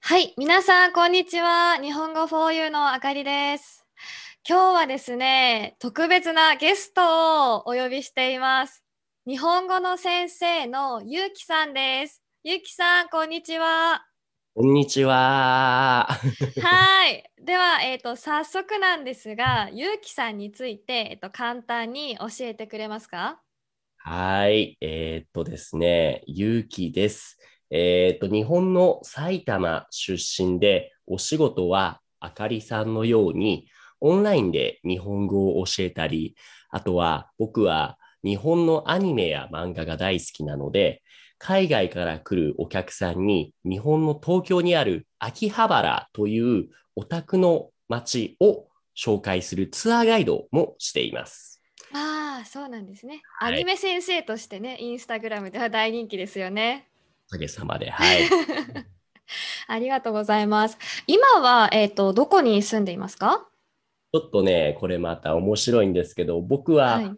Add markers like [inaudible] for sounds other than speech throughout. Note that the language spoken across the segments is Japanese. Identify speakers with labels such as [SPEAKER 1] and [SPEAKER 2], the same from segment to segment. [SPEAKER 1] はい、皆さんこんにちは。日本語 for you のあかりです。今日はですね、特別なゲストをお呼びしています。日本語の先生のゆうきさんです。ゆうきさん、こんにちは。
[SPEAKER 2] こんにちは。 [laughs]
[SPEAKER 1] はい。では、えっ、ー、と、早速なんですが、ゆうきさんについて、えっ、ー、と、簡単に教えてくれますか
[SPEAKER 2] はい。えっ、ー、とですね、ゆうきです。えっ、と、日本の埼玉出身で、お仕事はあかりさんのように、オンラインで日本語を教えたり、あとは僕は日本のアニメや漫画が大好きなので、海外から来るお客さんに日本の東京にある秋葉原というお宅の街を紹介するツアーガイドもしています。
[SPEAKER 1] ああ、そうなんですね。はい、アニメ先生としてね、インスタグラムでは大人気ですよね。
[SPEAKER 2] おかげさまで、はい。 [laughs]
[SPEAKER 1] ありがとうございます。今は、えっ、ー、と、どこに住んでいますか
[SPEAKER 2] ちょっとね、これまた面白いんですけど、僕は、はい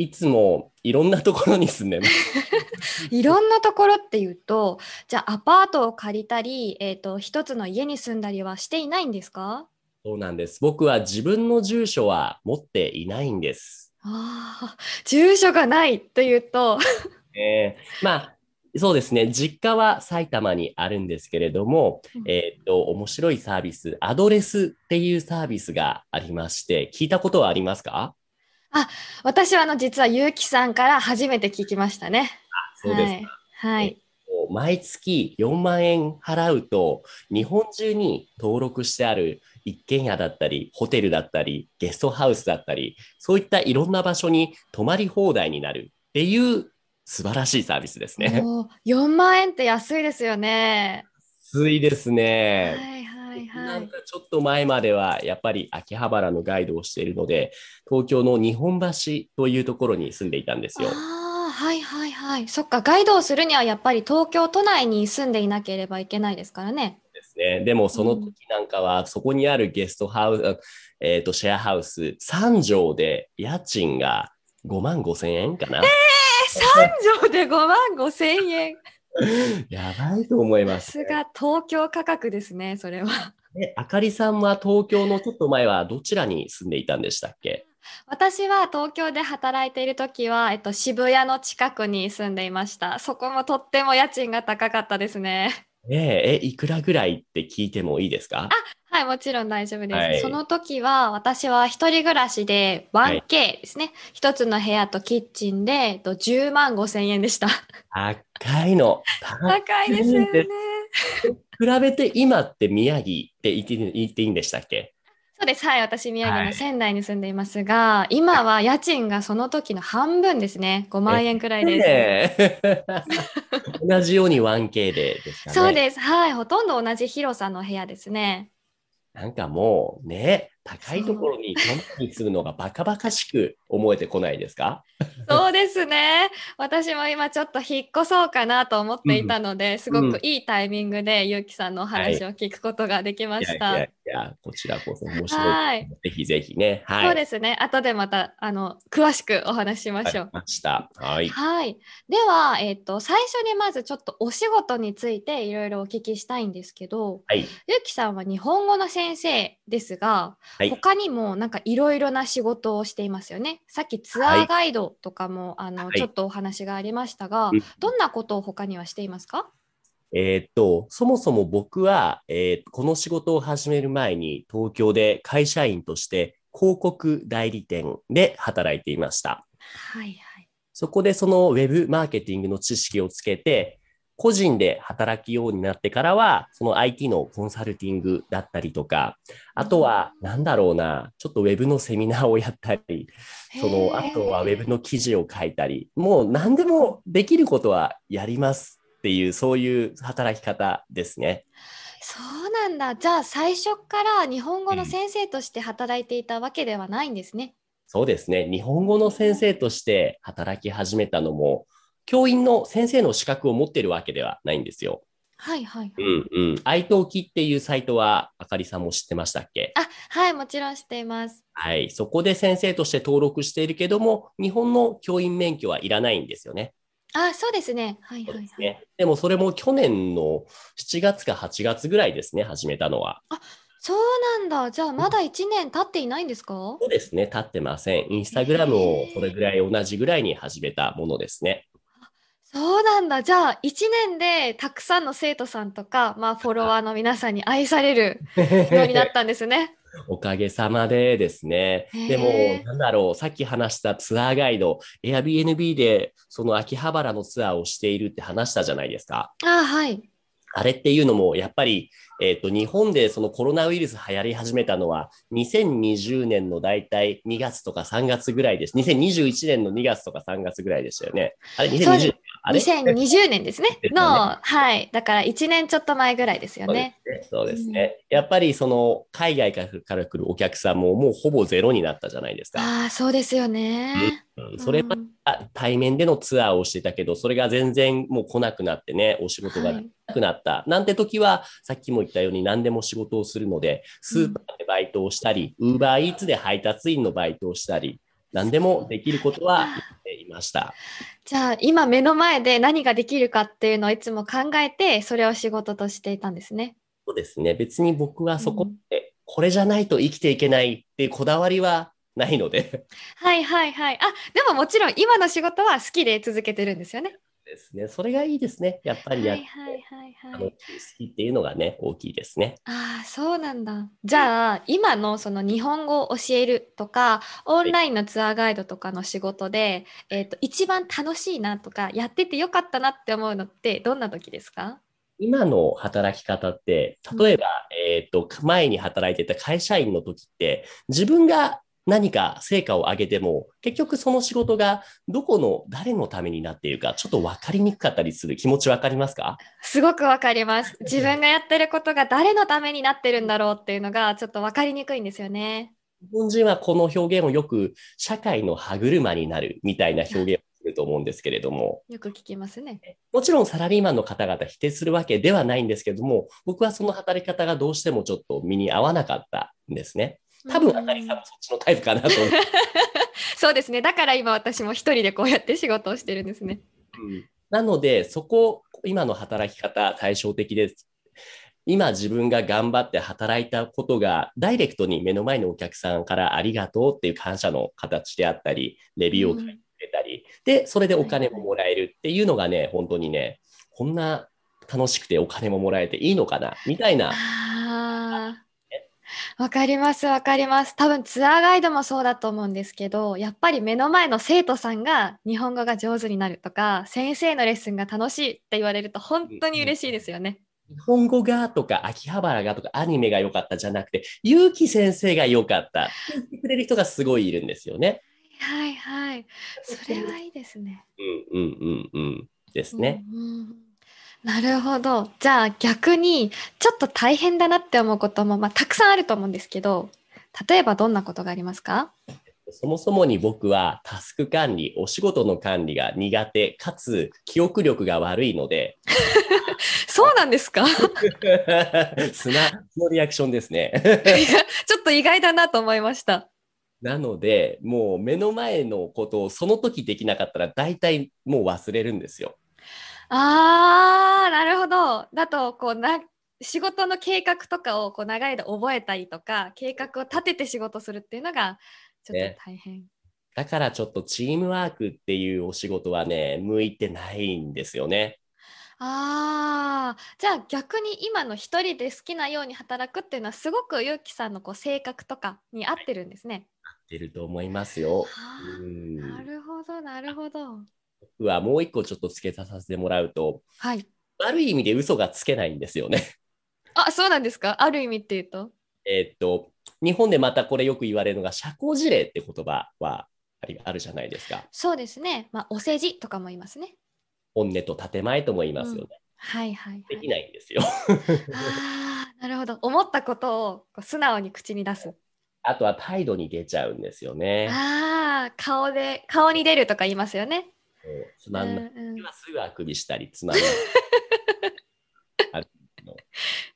[SPEAKER 2] いつもいろんなところに住んでます。 [laughs]
[SPEAKER 1] いろんなところっていうと、じゃあアパートを借りたり、えっ、ー、と一つの家に住んだりはしていないんですか？
[SPEAKER 2] そうなんです。僕は自分の住所は持っていないんです。
[SPEAKER 1] ああ、住所がないというと
[SPEAKER 2] えー、まあそうですね。実家は埼玉にあるんですけれども、うん、えっと面白いサービス、アドレスっていうサービスがありまして、聞いたことはありますか？
[SPEAKER 1] あ、私はあの実はゆうきさんから初めて聞きましたね。
[SPEAKER 2] あ、そうですか。
[SPEAKER 1] はい。はい、
[SPEAKER 2] 毎月4万円払うと日本中に登録してある一軒家だったりホテルだったりゲストハウスだったりそういったいろんな場所に泊まり放題になるっていう素晴らしいサービスですね。
[SPEAKER 1] 4万円って安いですよね。
[SPEAKER 2] 安いですね。
[SPEAKER 1] はいはいはい、
[SPEAKER 2] なんかちょっと前まではやっぱり秋葉原のガイドをしているので東京の日本橋というところに住んでいたんですよ。
[SPEAKER 1] あはいはいはい。そっかガイドをするにはやっぱり東京都内に住んでいなければいけないですからね。
[SPEAKER 2] ですね。でもその時なんかは、そこにあるゲストハウス、うん、えー、とシェアハウス3畳で家賃が5万5千円かな。え
[SPEAKER 1] ー、3畳で5万5千 [laughs] 円。
[SPEAKER 2] やばいと思います、
[SPEAKER 1] ね、さすが東京価格ですね、それは。 [laughs]
[SPEAKER 2] え、あかりさんは東京のちょっと前はどちらに住んでいたんでしたっけ
[SPEAKER 1] 私は東京で働いている時は、えっと、渋谷の近くに住んでいました。そこもとっても家賃が高かったですね。 [laughs]
[SPEAKER 2] ねえ、えいくらぐらいって聞いてもいいですか
[SPEAKER 1] あはい、もちろん大丈夫です。はい、その時は、私は1人暮らしで 1K ですね。はい、1つの部屋とキッチンで、えっと、10万5千円で [laughs] した。
[SPEAKER 2] 高いの。
[SPEAKER 1] 高いですよね。
[SPEAKER 2] 比べて今って宮城って言って言っていいんでしたっけ。
[SPEAKER 1] そうです。はい。私、宮城の仙台に住んでいますが、はい、今は家賃がその時の半分ですね。5万円くらいです
[SPEAKER 2] え [laughs] ー、同じように 1K でですかね。
[SPEAKER 1] そうです。はい。ほとんど同じ広さの部屋です
[SPEAKER 2] [laughs]
[SPEAKER 1] ね。
[SPEAKER 2] なんかもうね、高いところにキャンプするのがバカバカしく思えてこないですか
[SPEAKER 1] そうですね。私も今ちょっと引っ越そうかなと思っていたので、うん、すごくいいタイミングで、うん、ゆうきさんのお話を聞くことができました。
[SPEAKER 2] はい、いやいやこちらこそ面白い。はい、ぜひぜひね。
[SPEAKER 1] はい、そうですね。後でまたあの詳しくお話しましょう。
[SPEAKER 2] はい、
[SPEAKER 1] はい。では、えっ、ー、と最初にまずちょっとお仕事についていろいろお聞きしたいんですけど、
[SPEAKER 2] はい、
[SPEAKER 1] ゆうきさんは日本語の先生ですが。はい、他にもなんかいろいろな仕事をしていますよね。さっきツアーガイドとかも、はい、あの、はい、ちょっとお話がありましたが、うん、どんなことを他にはしていますか
[SPEAKER 2] えっと、そもそも僕は、えー、この仕事を始める前に東京で会社員として広告代理店で働いていました。
[SPEAKER 1] はいはい。
[SPEAKER 2] そこでそのウェブマーケティングの知識をつけて、個人で働くようになってからは、その IT のコンサルティングだったりとか、あとは、なんだろうな、ちょっと Web のセミナーをやったり、その、あとは Web の記事を書いたり、もう何でもできることはやりますっていう、そういう働き方ですね。
[SPEAKER 1] そうなんだ。じゃあ、最初から日本語の先生として働いていたわけではないんですね。
[SPEAKER 2] そうですね。日本語の先生として働き始めたのも、教員の先生の資格を持ってるわけではないんですよ。
[SPEAKER 1] はいはい。
[SPEAKER 2] うんうん。愛登記っていうサイトは、あかりさんも知ってましたっけ
[SPEAKER 1] あ、はい、もちろん知っています。
[SPEAKER 2] はい。そこで先生として登録しているけども、日本の教員免許はいらないんですよね。
[SPEAKER 1] あ、そうですね。はい
[SPEAKER 2] そう
[SPEAKER 1] はい、は
[SPEAKER 2] です
[SPEAKER 1] い。
[SPEAKER 2] ね。でもそれも去年の7月か8月ぐらいですね、始めたのは。
[SPEAKER 1] そうなんだ。じゃあまだ1年経っていないんですか
[SPEAKER 2] そうですね、立ってません。インスタグラムをそれぐらい同じぐらいに始めたものですね。
[SPEAKER 1] そうなんだ。じゃあ1年でたくさんの生徒さんとか、まあ、フォロワーの皆さんに愛され
[SPEAKER 2] [laughs]
[SPEAKER 1] るようになったんですね。
[SPEAKER 2] おかげさまでですね。
[SPEAKER 1] へー
[SPEAKER 2] でも、なんだろう、さっき話したツアーガイド、Airbnb でその秋葉原のツアーをしているって話したじゃないですか。
[SPEAKER 1] あ、はい。
[SPEAKER 2] あれっていうのも、やっぱり、えっ、と、日本でそのコロナウイルス流行り始めたのは、2020年の大体2月とか3月ぐらいです。2021年の2月とか3月ぐらいでしたよね。あれ、
[SPEAKER 1] そうで
[SPEAKER 2] 2020?
[SPEAKER 1] す
[SPEAKER 2] あれ
[SPEAKER 1] 2020年ですね
[SPEAKER 2] で。すよね
[SPEAKER 1] の、はい。だから1年ちょっと前ぐらいですよね。
[SPEAKER 2] そうですね。やっぱり、その、海外から来るお客さんも、もうほぼゼロになったじゃないですか。
[SPEAKER 1] ああ、そうですよね。
[SPEAKER 2] うんそれまでは対面でのツアーをしてたけど、それが全然もう来なくなってね、お仕事が
[SPEAKER 1] は
[SPEAKER 2] ないくなった。なんて時は、さっきも言ったように何でも仕事をするので、スーパーでバイトをしたり、ウーバーイーツで配達員のバイトをしたり、何でもできることはやっていました。
[SPEAKER 1] じゃあ今目の前で何ができるかっていうのをいつも考えてそれを仕事としていたんですね。
[SPEAKER 2] そうですね。別に僕はそ
[SPEAKER 1] う
[SPEAKER 2] こ
[SPEAKER 1] ん
[SPEAKER 2] って、これじゃないと生きていけないっていうこだわりはないので。
[SPEAKER 1] はいはいはい。あでももちろん今の仕事は好きで続けてるんですよね。
[SPEAKER 2] ですね。それがいいですね。やっぱ
[SPEAKER 1] はい
[SPEAKER 2] り
[SPEAKER 1] は
[SPEAKER 2] やっ
[SPEAKER 1] い
[SPEAKER 2] て
[SPEAKER 1] はい
[SPEAKER 2] 楽
[SPEAKER 1] は
[SPEAKER 2] し
[SPEAKER 1] い。
[SPEAKER 2] い好きっていうのがね、大きいですね。
[SPEAKER 1] ああそうなんだ。じゃあ今のその日本語を教えるとかオンラインのツアーガイドとかの仕事で、えっと一番楽しいなとかやっててよかったなって思うのってどんな時ですか
[SPEAKER 2] 今の働き方って、例えば、えっ、と、前に働いてた会社員の時って、自分が何か成果を上げても、結局その仕事がどこの、誰のためになっているか、ちょっと分かりにくかったりする気持ち分かりますか
[SPEAKER 1] すごくわかります。自分がやってることが誰のためになってるんだろうっていうのがちょっとわかりにくいんですよね。
[SPEAKER 2] 日本人はこの表現をよく、社会の歯車になるみたいな表現をすると思うんですけれども、
[SPEAKER 1] よく聞きますね。
[SPEAKER 2] もちろんサラリーマンの方々否定するわけではないんですけれども、僕はその働き方がどうしてもちょっと身に合わなかったんですね。多分、あかりさん
[SPEAKER 1] うん
[SPEAKER 2] もそっちのタイプかなと思う
[SPEAKER 1] そうですね。だから今私も一人でこうやって仕事をしてるんですね。
[SPEAKER 2] なので、そこ、今の働き方、対照的です。今自分が頑張って働いたことが、ダイレクトに目の前のお客さんからありがとうっていう感謝の形であったり、レビューを書いてくれたり、で、それでお金ももらえるっていうのがね、本当にね、こんな楽しくてお金ももらえていいのかな、みたいな、
[SPEAKER 1] あーわかりますわかります多分ツアーガイドもそうだと思うんですけどやっぱり目の前の生徒さんが日本語が上手になるとか先生のレッスンが楽しいって言われると本当に嬉しいですよね。
[SPEAKER 2] 日本語がとか、秋葉原がとか、アニメが良かったじゃなくて、結城先生が良かったって言ってくれる人がすごいいるんですよね。
[SPEAKER 1] はいはいそれはいいですね。
[SPEAKER 2] うんうんうんうんですね。
[SPEAKER 1] うんうんなるほどじゃあ逆にちょっと大変だなって思うことも、まあ、たくさんあると思うんですけど例えばどんなことがありますか
[SPEAKER 2] そもそもに僕はタスク管理、お仕事の管理が苦手、かつ記憶力が悪いので、 [laughs]
[SPEAKER 1] そうなんです [laughs] かちょ
[SPEAKER 2] 素直のリアクションですね。 [laughs]
[SPEAKER 1] っと意外だなと思いました。
[SPEAKER 2] なので、もう目の前のことをその時できなかったら大体もう忘れるんですよ。
[SPEAKER 1] あーなるほどだとこうな仕事の計画とかをこう長い間覚えたりとか計画を立てて仕事するっていうのがちょっと大変。
[SPEAKER 2] だからちょっとチームワークっていうお仕事はね、向いてないんですよね。
[SPEAKER 1] ああ、じゃあ逆に今の一人で好きなように働くっていうのはすごくゆうきさんのこう性格とかに合ってるんですね。
[SPEAKER 2] 出ると思いますよ。
[SPEAKER 1] あ
[SPEAKER 2] う
[SPEAKER 1] ーなんるほど、なるほど。
[SPEAKER 2] 僕はもう一個ちょっと付け足させてもらうと、
[SPEAKER 1] はい。
[SPEAKER 2] 悪い意味で嘘がつけないんですよね。
[SPEAKER 1] あ、そうなんですか。ある意味っていうと。
[SPEAKER 2] えーっと、日本でまたこれよく言われるのが社交辞令って言葉はありあるじゃないですか。
[SPEAKER 1] そうですね。まあ、お世辞とかも言いますね。
[SPEAKER 2] 本音と建前とも言いますよね。
[SPEAKER 1] はいはい、は
[SPEAKER 2] でき
[SPEAKER 1] い。
[SPEAKER 2] ないんですよ。 [laughs]
[SPEAKER 1] ああ、なるほど。思ったことをこう素直に口に出す。
[SPEAKER 2] あとは態度に出ちゃうんですよね。
[SPEAKER 1] ああ、顔で、顔に出るとか言いますよね。
[SPEAKER 2] うんつ
[SPEAKER 1] う
[SPEAKER 2] ま
[SPEAKER 1] ん
[SPEAKER 2] んない。
[SPEAKER 1] うん。
[SPEAKER 2] すぐあくびしたり、つまんない。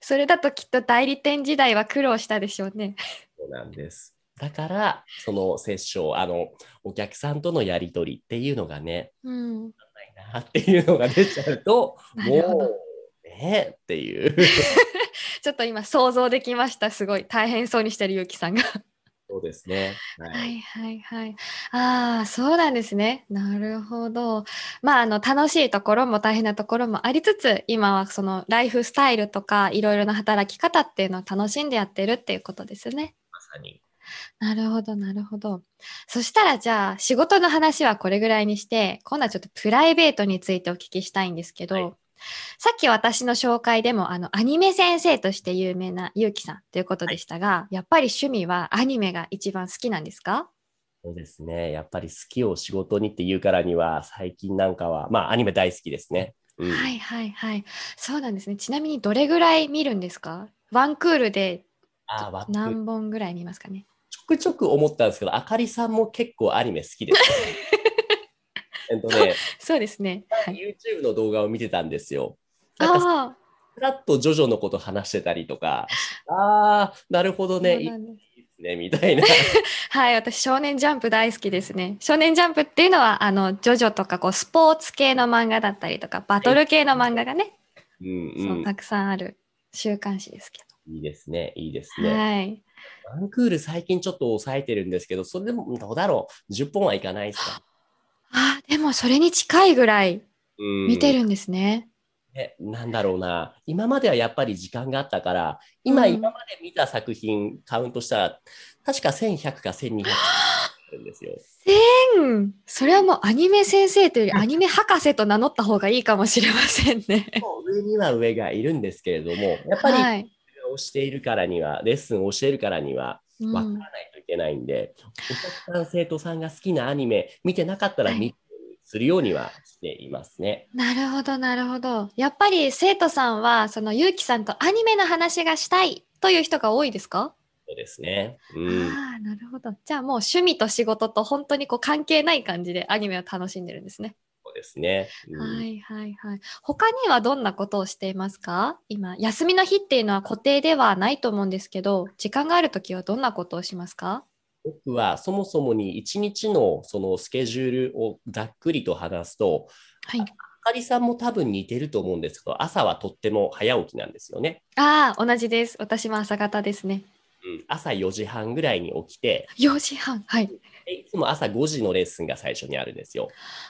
[SPEAKER 1] それだときっと代理店時代は苦労したでしょう [laughs] ね。
[SPEAKER 2] そうなんです。だから、そのセッション、あの、お客さんとのやりとりっていうのがね、
[SPEAKER 1] うん。
[SPEAKER 2] ないいなっていうのが出ちゃうと、
[SPEAKER 1] な
[SPEAKER 2] も
[SPEAKER 1] るほど
[SPEAKER 2] う、ねえっていう。 [laughs]
[SPEAKER 1] ちょっと今想像できました。すごい大変そうにしてるゆうきさんが。
[SPEAKER 2] そうですね。は。
[SPEAKER 1] はいいはいはい。ああ、そうなんですね。なるほど。まあ、あの、楽しいところも大変なところもありつつ、今はそのライフスタイルとか、いろいろな働き方っていうのを楽しんでやってるっていうことですね。
[SPEAKER 2] まさに。
[SPEAKER 1] なるほど、なるほど。そしたら、じゃあ、仕事の話はこれぐらいにして、今度はちょっとプライベートについてお聞きしたいんですけど、
[SPEAKER 2] はい
[SPEAKER 1] さっき私の紹介でも、あの、アニメ先生として有名なゆうきさんということでしたが、やっぱり趣味はアニメが一番好きなんですか
[SPEAKER 2] そうですね。やっぱり好きを仕事にっていうからには、最近なんかは、まあ、アニメ大好きですね。うん、
[SPEAKER 1] はいはいはい。そうなんですね。ちなみにどれぐらい見るんですかワンクールで
[SPEAKER 2] あーわち
[SPEAKER 1] 何本ぐらい見ますかね
[SPEAKER 2] ょくちょく思ったんですけど、あかりさんも結構アニメ好きです、
[SPEAKER 1] [laughs]
[SPEAKER 2] ね。えっとね、
[SPEAKER 1] そうですね。はい、
[SPEAKER 2] YouTube の動画を見てたんですよ。なんか、
[SPEAKER 1] ああ、
[SPEAKER 2] ふらっとジョジョのこと話してたりとか、ああ、なるほどね、
[SPEAKER 1] そう
[SPEAKER 2] いい
[SPEAKER 1] なんです
[SPEAKER 2] ですね、み
[SPEAKER 1] [laughs]
[SPEAKER 2] たいな。
[SPEAKER 1] はい、私、少年ジャンプ大好きですね。少年ジャンプっていうのは、あの、ジョジョとか、こう、スポーツ系の漫画だったりとか、バトル系の漫画がね、
[SPEAKER 2] うん
[SPEAKER 1] そう
[SPEAKER 2] う
[SPEAKER 1] たくさんある週刊誌ですけ
[SPEAKER 2] ん、いいですね、いいです
[SPEAKER 1] ど。
[SPEAKER 2] ね。
[SPEAKER 1] はい。
[SPEAKER 2] ワンクール最近ちょっと抑えてるんですけど、それでもどうだろう、10本はいかないですか。
[SPEAKER 1] あ、でも、それに近いぐらい
[SPEAKER 2] うん
[SPEAKER 1] 見てるんですね。
[SPEAKER 2] ね、なんだろうな、今まではやっぱり時間があったから、今、
[SPEAKER 1] うん
[SPEAKER 2] 今まで見た作品、カウントしたら、確か1100か1200なんで
[SPEAKER 1] [gasps]
[SPEAKER 2] すよ。
[SPEAKER 1] うん、それはもうアニメ先生というよりアニメ博士と名乗った方がいいかもしれませんね。
[SPEAKER 2] もう上には上がいるんですけれども、やっぱり
[SPEAKER 1] はい。
[SPEAKER 2] 教しているからには、レッスンを教えるからには、
[SPEAKER 1] う
[SPEAKER 2] 分から
[SPEAKER 1] ん、
[SPEAKER 2] ないといけないんで、お客さん、生徒さんが好きなアニメ、見てなかったら
[SPEAKER 1] はい
[SPEAKER 2] 見るようにするようにはしていますね。
[SPEAKER 1] なるほど、なるほど。やっぱり生徒さんは、そのゆうきさんとアニメの話がしたいという人が多いですか、
[SPEAKER 2] そうですね。うん
[SPEAKER 1] ああ、なるほど。じゃあもう趣味と仕事と本当にこう関係ない感じでアニメを楽しんでるんですね。
[SPEAKER 2] そうですね。うん
[SPEAKER 1] はいはいはい。他にはどんなことをしていますか今、休みの日っていうのは固定ではないと思うんですけど、時間があるときはどんなことをしますか
[SPEAKER 2] 僕はそもそもに一日のそのスケジュールをざっくりと話すと、
[SPEAKER 1] はい。
[SPEAKER 2] あかりさんも多分似てると思うんですけど、朝はとっても早起きなんですよね。
[SPEAKER 1] ああ、同じです。私も朝方ですね。
[SPEAKER 2] うん、朝4時半ぐらいに起きて、
[SPEAKER 1] 4時半。はい。
[SPEAKER 2] でいつも朝5時のレッスンが最初にあるんですよ。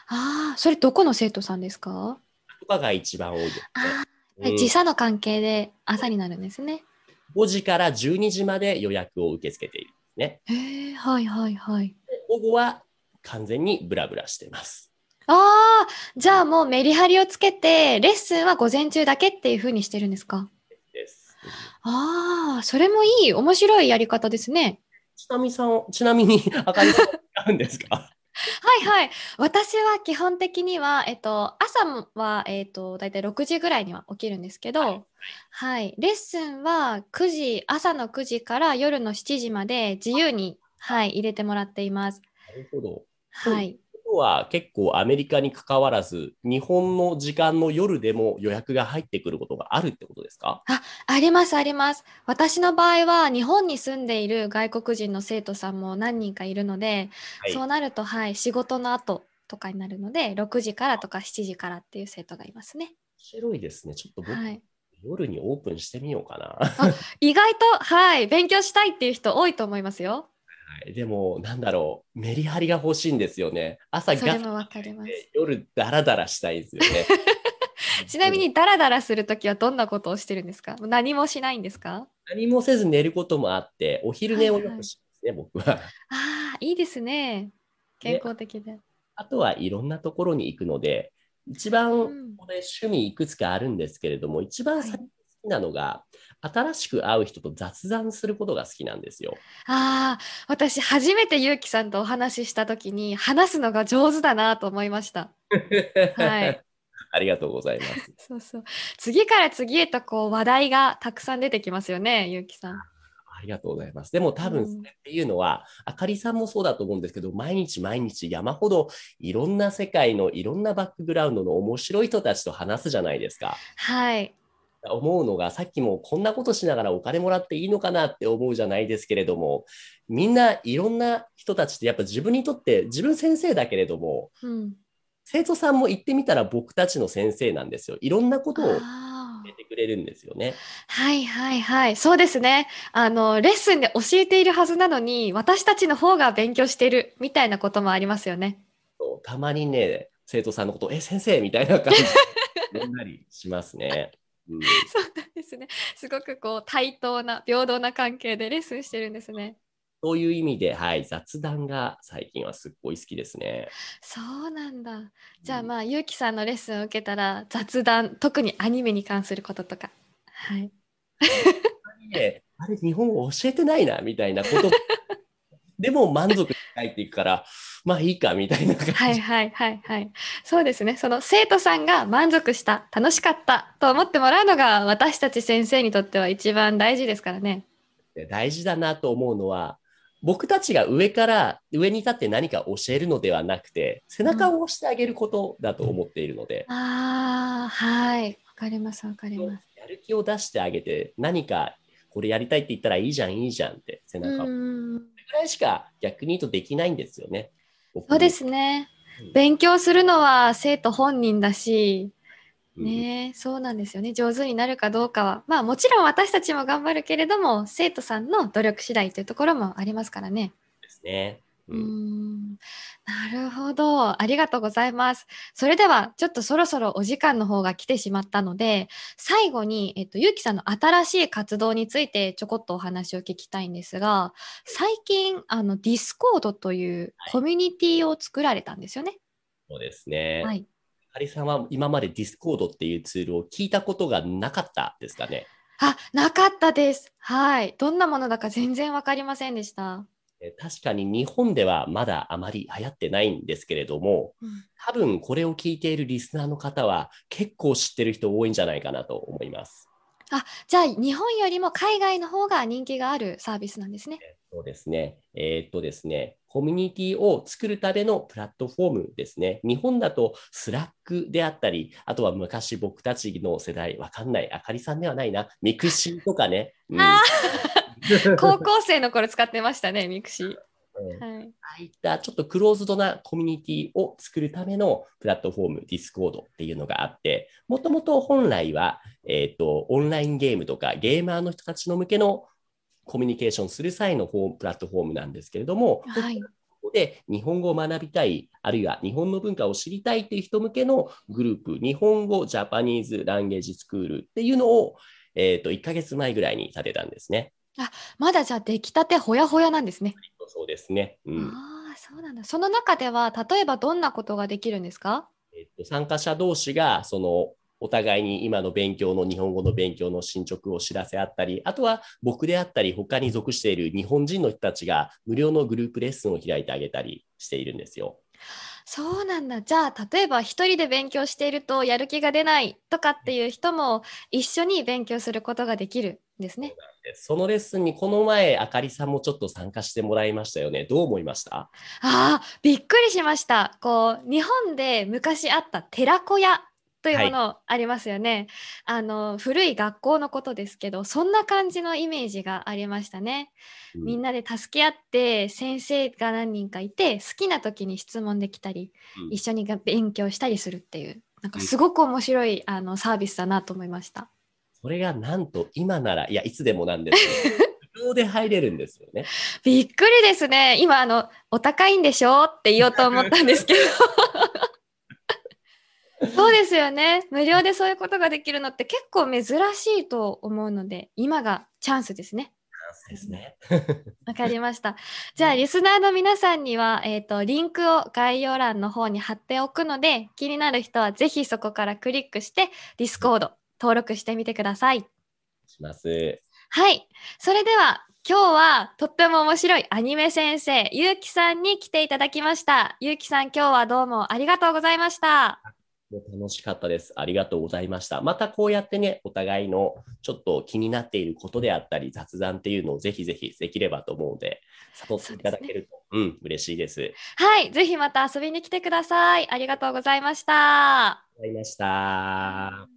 [SPEAKER 1] ああ、それどこの生徒さんですか
[SPEAKER 2] とかが一番多いですね。
[SPEAKER 1] あ
[SPEAKER 2] う
[SPEAKER 1] ー
[SPEAKER 2] ん
[SPEAKER 1] 時差の関係で朝になるんですね。
[SPEAKER 2] 5時から12時まで予約を受け付けているんですね。
[SPEAKER 1] へえ、はいはいはい。
[SPEAKER 2] で午後は完全にブラブラしてます。
[SPEAKER 1] ああ、じゃあもうメリハリをつけて、レッスンは午前中だけっていう風にしてるんですか
[SPEAKER 2] です。
[SPEAKER 1] ああ、それもいい、面白いやり方ですね。
[SPEAKER 2] ちなみさん、ちなみに、あかりさんは違うんですか
[SPEAKER 1] はいはい。私は基本的には、えっと、朝は、えっと、だいたい6時ぐらいには起きるんですけど、はい、レッスンは9時、朝の9時から夜の7時まで自由に、はい、入れてもらっています。
[SPEAKER 2] なるほど。そう
[SPEAKER 1] はい。
[SPEAKER 2] 今日は結構アメリカに関わらず、日本の時間の夜でも予約が入ってくることがあるってことですか
[SPEAKER 1] ありますあります。私の場合は日本に住んでいる外国人の生徒さんも何人かいるので、
[SPEAKER 2] はい
[SPEAKER 1] そうなると、はい、仕事の後とかになるので、6時からとか7時からっていう生徒がいますね。
[SPEAKER 2] 白いですね。ちょっと僕、
[SPEAKER 1] はい。
[SPEAKER 2] 夜にオープンしてみようかな。は
[SPEAKER 1] 意外と、はい、勉強したいっていう人多いと思いますよ。
[SPEAKER 2] い、でも、なんだろう、メリハリが欲しいんですよね。朝
[SPEAKER 1] それ
[SPEAKER 2] ガッ
[SPEAKER 1] もわかります。
[SPEAKER 2] て夜ダラダラしたいですよね。
[SPEAKER 1] [laughs] ちなみに、ダラダラするときはどんなことをしてるんですか何もしないんですか
[SPEAKER 2] 何もせず寝ることもあって、お昼寝をよくしますね、僕は。
[SPEAKER 1] ああ、いいですね。健康的で。
[SPEAKER 2] あとはいろんなところに行くので、一
[SPEAKER 1] う
[SPEAKER 2] 番
[SPEAKER 1] ん
[SPEAKER 2] これ趣味いくつかあるんですけれども、一番最近好きなのが、新しく会う人と雑談することが好きなんですよ。
[SPEAKER 1] ああ、私、初めてゆうきさんとお話ししたときに、話すのが上手だなと思いました。はい。
[SPEAKER 2] [laughs] ありがとうございます。
[SPEAKER 1] そうそう。次から次へとこう話題がたくさん出てきますよね、ゆうきさん。
[SPEAKER 2] ありがとうございます。でも多分
[SPEAKER 1] うん
[SPEAKER 2] それっていうのは、あかりさんもそうだと思うんですけど、毎日毎日山ほどいろんな世界のいろんなバックグラウンドの面白い人たちと話すじゃないですか。
[SPEAKER 1] はい。
[SPEAKER 2] 思うのが、さっきもこんなことしながらお金もらっていいのかなって思うじゃないですけれども、みんないろんな人たちってやっぱ自分にとって自分先生だけれども、
[SPEAKER 1] うん。
[SPEAKER 2] 生徒さんも行ってみたら僕たちの先生なんですよ。いろんなことを教
[SPEAKER 1] あ
[SPEAKER 2] え
[SPEAKER 1] ー
[SPEAKER 2] てくれるんですよね。
[SPEAKER 1] はいはいはい。そうですね。あの、レッスンで教えているはずなのに、私たちの方が勉強しているみたいなこともありますよね。
[SPEAKER 2] そうたまにね、生徒さんのことを、え、先生みたいな感じ [laughs] で呼んだりしますね。うん
[SPEAKER 1] そうなんですね。すごくこう、対等な、平等な関係でレッスンしてるんですね。
[SPEAKER 2] そういう意味で、はい、雑談が最近はすっごい好きですね。
[SPEAKER 1] そうなんだ。じゃあ
[SPEAKER 2] うん
[SPEAKER 1] まあ、ゆうきさんのレッスンを受けたら、雑談、特にアニメに関することとか。はい。
[SPEAKER 2] であれ、日本語教えてないな、みたいな [laughs] こと。でも満足して帰っていくから、まあいいか、みたいな感じ。
[SPEAKER 1] はいはいはいはい。そうですね。その生徒さんが満足した、楽しかったと思ってもらうのが私たち先生にとっては一番大事ですからね。
[SPEAKER 2] で大事だなと思うのは、僕たちが上から、上に立って何か教えるのではなくて、背中を押してあげることだと思っているので、
[SPEAKER 1] ああ、はい。わかりますわかります。
[SPEAKER 2] やる気を出してあげて、何かこれやりたいって言ったらいいじゃん、いいじゃんって、背
[SPEAKER 1] う
[SPEAKER 2] 中を。ぐ
[SPEAKER 1] ん。
[SPEAKER 2] らいしか逆に言うとできないんですよね。
[SPEAKER 1] そうですね
[SPEAKER 2] うん。
[SPEAKER 1] 勉強するのは生徒本人だし、
[SPEAKER 2] うん。
[SPEAKER 1] ねえそうなんですよね。上手になるかどうかは。まあもちろん私たちも頑張るけれども、生徒さんの努力次第というところもありますからね。
[SPEAKER 2] ですね。う
[SPEAKER 1] うんんなるほど。ありがとうございます。それでは、ちょっとそろそろお時間の方が来てしまったので、最後に、えっと、ゆうきさんの新しい活動についてちょこっとお話を聞きたいんですが、最近、あの、ディスコードというコミュニティを作られたんですよね。
[SPEAKER 2] そうですね。
[SPEAKER 1] はい。
[SPEAKER 2] ハリさんは今までディスコードっていうツールを聞いたことがなかったですかね。
[SPEAKER 1] あ、なかったです。はい。どんなものだか全然わかりませんでした。
[SPEAKER 2] えー確かに日本ではまだあまり流行ってないんですけれども、
[SPEAKER 1] うん
[SPEAKER 2] 多分これを聞いているリスナーの方は結構知ってる人多いんじゃないかなと思います。
[SPEAKER 1] じゃあ、日本よりも海外の方が人気があるサービスなん
[SPEAKER 2] [laughs]
[SPEAKER 1] ですね。
[SPEAKER 2] そうですね。えーっとですね、コミュニティを作るためのプラットフォームですね。日本だとスラックであったり、あとは昔僕たちの世代、わかんない、あかりさんではないな、ミクシーとかね。うん
[SPEAKER 1] あ高校生の頃使ってましたね、ミクシー。
[SPEAKER 2] うん
[SPEAKER 1] はい。
[SPEAKER 2] ああいったちょっとクローズドなコミュニティを作るためのプラットフォーム、Discord っていうのがあって、もともと本来は、えっとオンラインゲームとかゲーマーの人たちの向けのコミュニケーションする際のフォームプラットフォームなんですけれども、
[SPEAKER 1] はい。
[SPEAKER 2] ここで日本語を学びたい、あるいは日本の文化を知りたいという人向けのグループ、日本語ジャパニーズランゲージスクールっていうのを、えっと1ヶ月前ぐらいに立てたんですね。
[SPEAKER 1] まだじゃあ出来たてほやほやなんですね。
[SPEAKER 2] そうですね。うん、
[SPEAKER 1] ああ、そうなんだ。その中では、例えばどんなことができるんですか
[SPEAKER 2] えっと、参加者同士がそのお互いに今の勉強の日本語の勉強の進捗を知らせ合ったりあとは僕であったり他に属している日本人の人たちが無料のグループレッスンを開いてあげたりしているんですよ。
[SPEAKER 1] そうなんだ。じゃあ、例えば一人で勉強しているとやる気が出ないとかっていう人も一緒に勉強することができるんですね。
[SPEAKER 2] でそのレッスンにこの前あかりさんもちょっと参加してもらいましたよねどう思いました
[SPEAKER 1] ああ、びっくりしました。こう、日本で昔あった寺子屋。というものありますよね、あの古い学校のことですけどそんな感じのイメージがありましたね。みん
[SPEAKER 2] な、
[SPEAKER 1] なで助け合って先生が何人かいて好きな時に質問できたり
[SPEAKER 2] うん
[SPEAKER 1] 一緒にが勉強したりするっていうなんかすごく面白いあのサービスだなと思いました。
[SPEAKER 2] それがなんと今ならいやいつでもなんですけ [laughs] ど無料で入れるんですよね。
[SPEAKER 1] びっくりですね今あの「お高いんでしょ?」って言おうと思ったんですけどそうですよね無料でそういうことができるのって結構珍しいと思うので今がチャンスですね。
[SPEAKER 2] ですね。
[SPEAKER 1] わかりました。じゃあ、リスナーの皆さんには、えっ、と、リンクを概要欄の方に貼っておくので、気になる人はぜひそこからクリックして、ディスコード登録してみてください。
[SPEAKER 2] します。
[SPEAKER 1] はい。それでは、今日はとっても面白いアニメ先生、ゆうきさんに来ていただきました。ゆうきさん、今日はどうもありがとうございました。
[SPEAKER 2] もう楽しかったです。ありがとうございました。またこうやってね、お互いのちょっと気になっていることであったり、雑談っていうのをぜひぜひできればと思うので、誘っていただけると、うん、嬉しいです。ありがと
[SPEAKER 1] はい。ぜひまた遊びに来てください。ありがとうございました。
[SPEAKER 2] うございました。